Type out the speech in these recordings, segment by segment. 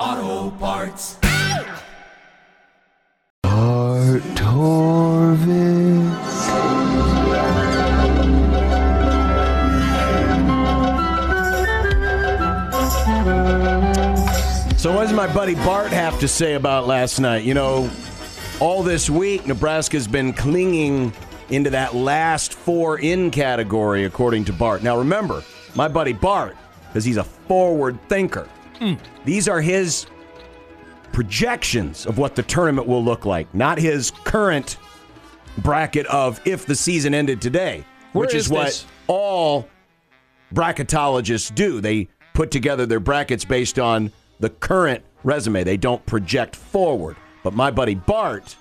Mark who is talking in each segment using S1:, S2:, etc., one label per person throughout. S1: Auto parts.
S2: Art Torvis.
S3: So, what does my buddy Bart have to say about last night? You know, all this week, Nebraska's been clinging into that last four in category, according to Bart. Now, remember, my buddy Bart, because he's a forward thinker, these are his projections of what the tournament will look like, not his current bracket of if the season ended today,
S4: Where
S3: which is,
S4: is
S3: what
S4: this?
S3: all bracketologists do. They put together their brackets based on the current resume. They don't project forward. But my buddy Bart,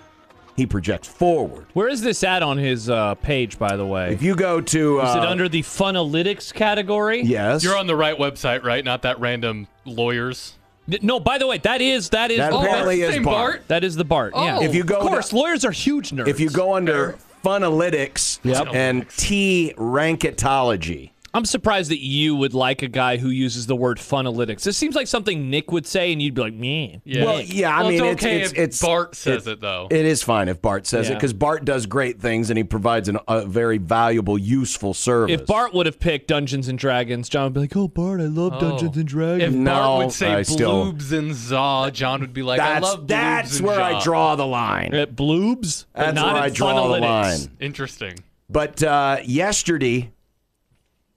S3: he projects forward.
S4: Where is this at on his uh, page, by the way?
S3: If you go to uh,
S4: is it under the funalytics category?
S3: yes,
S5: You're on the right website, right? Not that random lawyers.
S4: N- No, by the way, that is that is
S3: That
S4: the
S3: apparently
S4: Bart.
S3: is Bart.
S4: That is the Bart. yeah.
S5: Oh.
S3: If you go
S4: of course,
S3: to-
S4: lawyers are huge nerds.
S3: If you go under Funalytics
S4: Yep.
S3: and T Ranketology,
S4: I'm surprised that you would like a guy who uses the word funalytics. This seems like something Nick would say, and you'd be like, man.
S5: Yeah.
S3: Well, yeah, I
S5: Well,
S3: mean,
S5: it's okay
S3: it's,
S5: if
S3: it's
S5: Bart says it, though.
S3: It is fine if Bart says it
S4: Yeah.
S3: because Bart does great things and he provides an, a very valuable, useful service.
S4: If Bart would have picked Dungeons and Dragons, John would be like, oh, Bart, I love Dungeons and Dragons.
S5: If
S3: No,
S5: Bart would say
S3: I
S5: bloobs
S3: still-
S5: and za, John would be like, I
S3: that's
S5: love bloobs
S3: that's
S5: and
S3: where
S5: za."
S3: I draw the line.
S4: At Uh, bloobs, but
S3: That's
S4: not
S3: where
S4: at
S3: I draw the
S4: funalytics.
S3: line.
S5: Interesting.
S3: But uh, yesterday,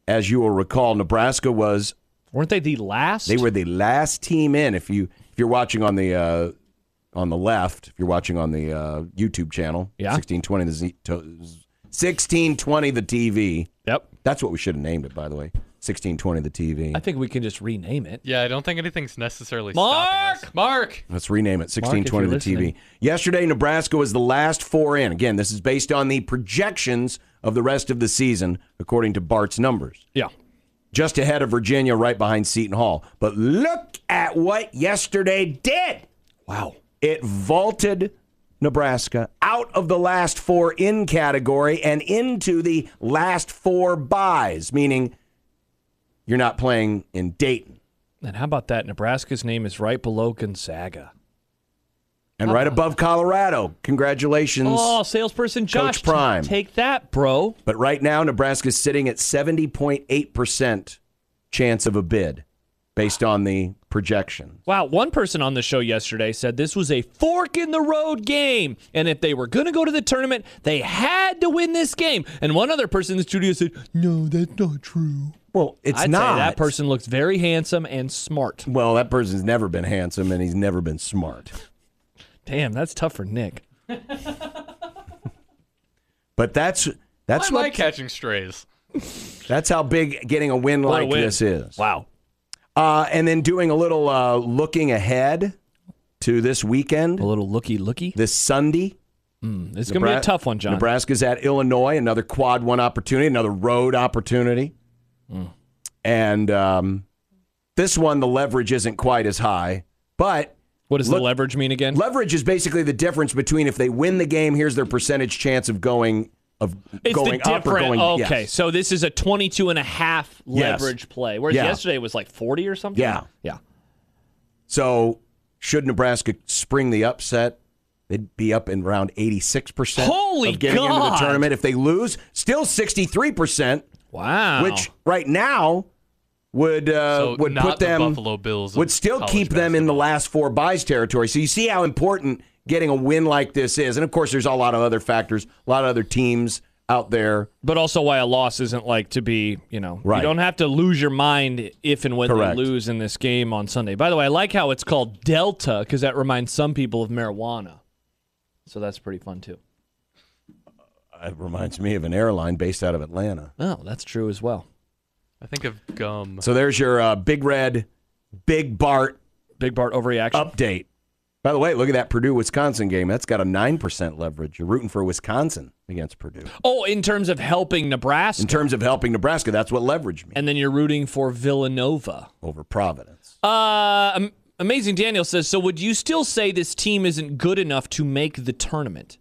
S3: as you will recall, Nebraska was
S4: Weren't they the last?
S3: They were the last team in. If you if you're watching on the uh, on the left, if you're watching on the uh, YouTube channel,
S4: Yeah.
S3: sixteen twenty the Z, to, sixteen twenty the TV.
S4: Yep.
S3: That's what we should have named it, by the way. Sixteen twenty the
S4: I
S3: TV.
S4: think we can just rename it.
S5: Yeah, I don't think anything's necessarily
S4: Mark!
S5: stopping us. Mark!
S3: Let's rename it sixteen twenty the
S4: Mark, if you're
S3: TV. Yesterday, Nebraska was the last four in. Again, this is based on the projections of the rest of the season, according to Bart's numbers.
S4: Yeah.
S3: just ahead of Virginia, right behind Seton Hall. But look at what yesterday did. Wow. It vaulted Nebraska out of the last four in category and into the last four buys, meaning you're not playing in Dayton.
S4: And how about that? Nebraska's name is right below Gonzaga.
S3: And right above Colorado. Congratulations.
S4: Uh-huh. Oh, salesperson Josh.
S3: Coach Prime.
S4: Take that, bro.
S3: But right now, Nebraska's sitting at 70.8% chance of a bid based on the projection.
S4: Wow, one person on the show yesterday said this was a fork in the road game. And if they were going to go to the tournament, they had to win this game. And one other person in the studio said, No, that's not true.
S3: Well, it's
S4: I'd
S3: not.
S4: say that person looks very handsome and smart.
S3: Well, that person's never been handsome and he's never been smart.
S4: Damn, that's tough for Nick.
S3: But that's that's
S5: I
S3: what
S5: like catching strays.
S3: that's how big getting a win
S4: What a
S3: like
S4: win.
S3: this is.
S4: Wow.
S3: Uh, and then doing a little uh, looking ahead to this weekend,
S4: A little looky looky.
S3: this Sunday.
S4: It's going to be a
S3: Nebra-
S4: tough one, John.
S3: Nebraska's at Illinois, another quad one opportunity, another road opportunity.
S4: Mm.
S3: And um, this one, the leverage isn't quite as high, but
S4: what does
S3: Look-
S4: the leverage mean again?
S3: leverage is basically the difference between if they win the game, here's their percentage chance of going of
S4: It's
S3: going
S4: the
S3: up
S4: different.
S3: or going
S4: okay,
S3: yes.
S4: so this is a 22 and a half
S3: Yes.
S4: leverage play, whereas
S3: Yeah.
S4: yesterday was like 40 or something.
S3: Yeah.
S4: yeah.
S3: So, should Nebraska spring the upset, they'd be up in around 86%
S4: Holy
S3: of getting into the
S4: God.
S3: tournament. If they lose, still 63%,
S4: Wow.
S3: which right now would uh,
S5: So
S3: would
S5: not
S3: put
S5: the
S3: them
S5: Buffalo Bills of
S3: would still
S5: college
S3: keep them in the last four buys territory. So you see how important getting a win like this is. And of course, there's a lot of other factors, a lot of other teams out there.
S4: but also why a loss isn't like to be, you know,
S3: Right.
S4: you don't have to lose your mind if and when
S3: Correct.
S4: they lose in this game on Sunday. By the way, I like how it's called Delta because that reminds some people of marijuana. So that's pretty fun too.
S3: Uh, It reminds me of an airline based out of Atlanta.
S4: Oh, that's true as well.
S5: I think of gum.
S3: So there's your uh, big red, big Bart
S4: Big Bart overreaction.
S3: update By the way, look at that Purdue Wisconsin game. That's got a 9% leverage. You're rooting for Wisconsin against Purdue.
S4: Oh, in terms of helping Nebraska,
S3: In terms of helping Nebraska, that's what leverage means
S4: and then you're rooting for Villanova.
S3: over Providence.
S4: Uh, Am- amazing Daniel says. So, would you still say this team isn't good enough to make the tournament?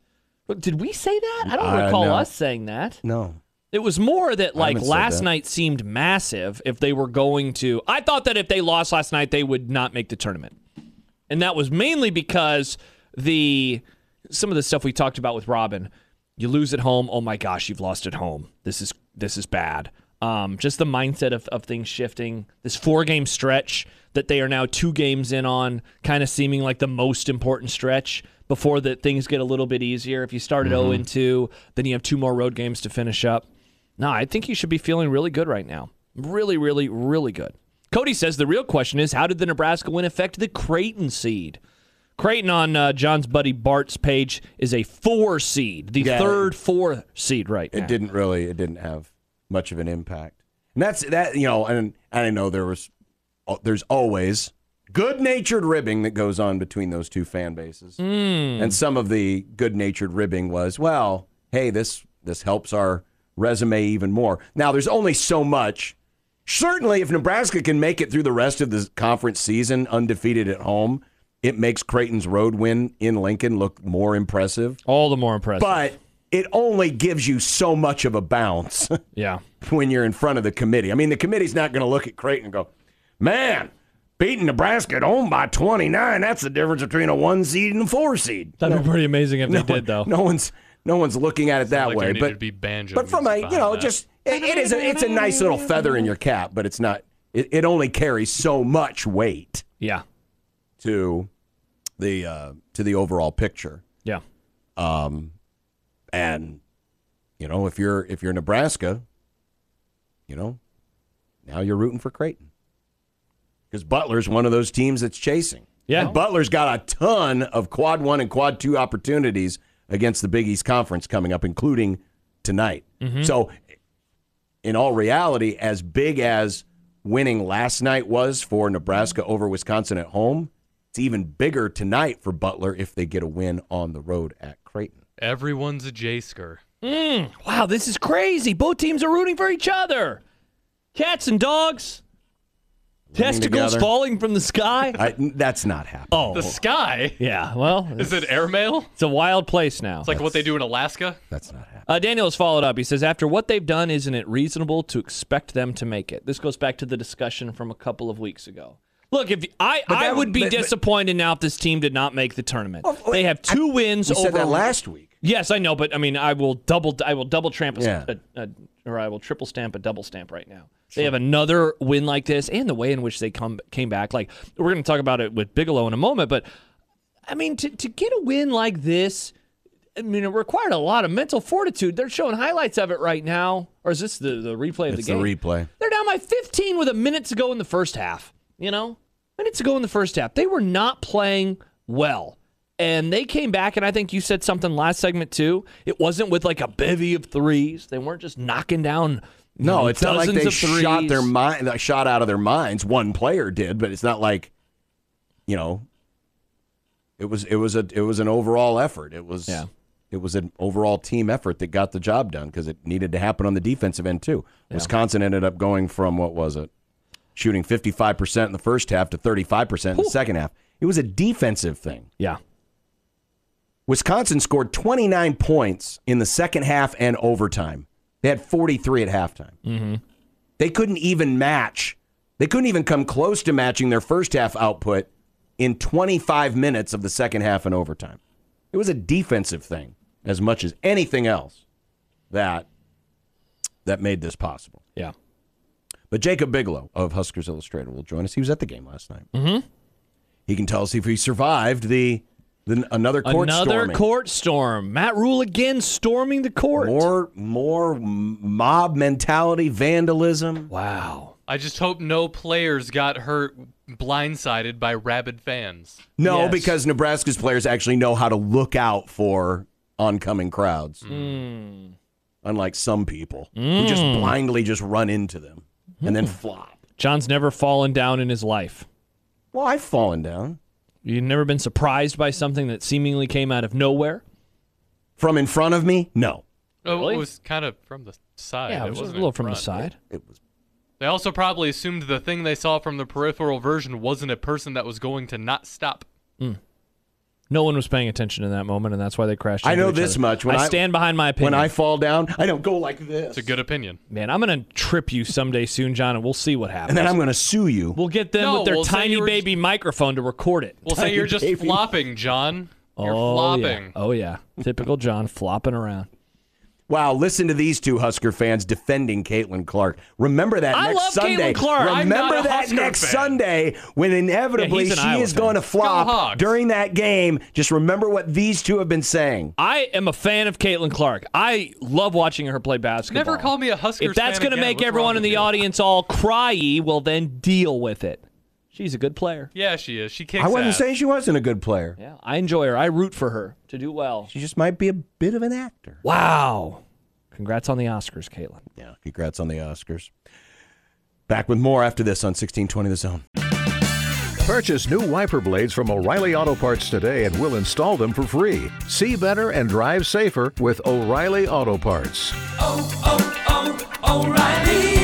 S4: But Did we say that? I don't
S3: Uh,
S4: recall
S3: no.
S4: us saying that.
S3: No.
S4: It was more that like
S3: haven't said
S4: last
S3: that.
S4: night seemed massive. If they were going to, I thought that if they lost last night, they would not make the tournament, and that was mainly because the some of the stuff we talked about with Robin. You lose at home. Oh my gosh, you've lost at home. This is this is bad. Um, just the mindset of, of things shifting. This four game stretch that they are now two games in on, kind of seeming like the most important stretch before that things get a little bit easier. If you start at 0 2, then you have two more road games to finish up. No, I think you should be feeling really good right now. Really, really, really good. Cody says the real question is how did the Nebraska win affect the Creighton seed? Creighton on uh, John's buddy Bart's page is a four seed, the
S3: Yeah.
S4: third four seed right
S3: It
S4: now.
S3: didn't really. It didn't have much of an impact. And that's that. You know, and I know there was. oh, There's always good-natured ribbing that goes on between those two fan
S4: Hmm.
S3: bases, and some of the good-natured ribbing was, well, hey, this this helps our resume even more. Now, there's only so much. Certainly, if Nebraska can make it through the rest of the conference season undefeated at home, it makes Creighton's road win in Lincoln look more impressive.
S4: All the more impressive.
S3: But it only gives you so much of a bounce
S4: yeah.
S3: when you're in front of the committee. I mean, the committee's not going to look at Creighton and go, man, beating Nebraska at home by 29, that's the difference between a one seed and a four seed.
S4: That'd be pretty amazing if they did, though.
S3: No one's no one's looking at it that
S5: like there
S3: way.
S5: needed
S3: But,
S5: to be banjo
S3: but from a,
S5: music
S3: you know,
S5: behind that.
S3: just, it- it is a, it's a nice little feather in your cap, but it's not, it, it only carries so much weight
S4: Yeah.
S3: to the uh, to the overall picture.
S4: Yeah.
S3: and you know if you're if you're Nebraska, you know now you're rooting for Creighton because Butler's one of those teams that's chasing.
S4: Yeah.
S3: And Butler's got a ton of quad one and quad two opportunities against the Big East Conference coming up, including tonight. So, in all reality, as big as winning last night was for Nebraska over Wisconsin at home, it's even bigger tonight for Butler if they get a win on the road at Creighton.
S5: Everyone's a Jasker.
S4: Wow, this is crazy. Both teams are rooting for each other. Cats and dogs. Testicles
S3: together.
S4: falling from the sky.
S3: I, that's not happening.
S4: oh.
S5: The sky?
S4: yeah. Well,
S5: Is it airmail?
S4: it's a wild place now.
S5: It's like what they do in Alaska?
S3: That's not happening.
S4: Uh, Daniel has followed up. He says, after what they've done, isn't it reasonable to expect them to make it? This goes back to the discussion from a couple of weeks ago. Look, if I, I
S3: that-
S4: would be
S3: but- but-
S4: disappointed now if this team did not make the tournament. they have two wins
S3: We
S4: over
S3: said that last week.
S4: Yes, I know, but I mean, I will double, I will double tramp, a,
S3: Yeah.
S4: a, a- or I will triple stamp a double stamp right now. They have another win like this, and the way in which they come came back. Like we're going to talk about it with Bigelow in a moment, but I mean, to to get a win like this, I mean, it required a lot of mental fortitude. They're showing highlights of it right now, or is this the the replay of
S3: It's
S4: the
S3: the
S4: game?
S3: replay.
S4: They're down by 15 with a minute to go in the first half. You know, minutes to go in the first half. They were not playing well. And they came back, and I think you said something last segment too. It wasn't with like a bevy of threes. They weren't just knocking down. you
S3: No,
S4: know,
S3: it's not like
S4: dozens
S3: they
S4: of threes.
S3: shot their mind, shot out of their minds. One player did, but it's not like, you know, it was it was a it was an overall effort. It was
S4: Yeah.
S3: it was an overall team effort that got the job done because it needed to happen on the defensive end too. Wisconsin ended up going from what was it, shooting fifty five percent in the first half to thirty five percent in the second half. It was a defensive thing.
S4: Yeah,
S3: Wisconsin scored 29 points in the second half and overtime. They had 43 at halftime. Mm-hmm. They couldn't even match. They couldn't even come close to matching their first half output in 25 minutes of the second half and overtime. It was a defensive thing as much as anything else that that made this possible.
S4: yeah.
S3: But Jacob Bigelow of Huskers Illustrated will join us. He was at the game last night. Mm-hmm. He can tell us if he survived the, the another court
S4: Another
S3: storming.
S4: court storm. Matt Rule again storming the court.
S3: More more m- mob mentality, vandalism.
S4: Wow.
S5: I just hope no players got hurt blindsided by rabid fans.
S3: No,
S4: Yes.
S3: because Nebraska's players actually know how to look out for oncoming crowds.
S5: Mm.
S3: Unlike some people who just blindly just run into them
S5: Mm.
S3: and then flop.
S4: John's never fallen down in his life.
S3: Well, I've fallen down.
S4: You've never been surprised by something that seemingly came out of nowhere.
S3: From in front of me? No.
S5: Oh,
S4: Really?
S5: it was kind of from the side.
S4: Yeah, it was a
S5: wasn't
S4: little
S5: in
S4: from the
S5: front.
S4: side.
S5: They also probably assumed the thing they saw from the peripheral version wasn't a person that was going to not stop.
S4: No one was paying attention in that moment, and that's why they crashed.
S3: I
S4: into
S3: know
S4: each
S3: this
S4: other.
S3: much, when
S4: I,
S3: I-
S4: stand behind my opinion.
S3: When I fall down, I don't go like this.
S5: It's a good opinion.
S4: Man, I'm gonna trip you someday soon, John, and we'll see what happens.
S3: and then I'm going to sue you.
S4: we'll get them
S5: No,
S4: with their
S5: we'll say
S4: tiny
S5: you were-
S4: baby microphone to record it.
S5: We'll say you're just
S3: Baby.
S5: flopping, John. You're
S4: oh,
S5: flopping.
S4: Yeah. Oh yeah. Typical John flopping around.
S3: Wow, listen to these two Husker fans defending Caitlin Clark. Remember that
S4: I
S3: next
S4: love Caitlin
S3: Sunday.
S4: Clark. I'm
S3: Remember
S5: not a
S3: that
S5: Husker
S3: next
S5: fan.
S3: Sunday when inevitably
S4: Yeah, he's an
S3: she
S4: Iowa
S3: is
S4: fan.
S3: going to
S5: Go
S3: flop
S5: Hawks.
S3: during that game. Just remember what these two have been saying.
S4: I am a fan of Caitlin Clark. I love watching her play basketball.
S5: Never call me a Huskers
S4: If that's
S5: fan
S4: gonna
S5: again.
S4: make
S5: What's wrong
S4: everyone in
S5: with
S4: the
S5: you?
S4: audience all cryy, well then deal with it. She's a good player.
S5: Yeah, she is. She kicks
S3: I wouldn't
S5: ass.
S3: say she wasn't a good player.
S4: Yeah, I enjoy her. I root for her to do well.
S3: She just might be a bit of an actor.
S4: Wow. Congrats on the Oscars, Caitlin.
S3: Yeah, congrats on the Oscars. Back with more after this on 1620 The Zone.
S6: Purchase new wiper blades from O'Reilly Auto Parts today and we'll install them for free. See better and drive safer with O'Reilly Auto Parts.
S1: oh, oh, oh, O'Reilly.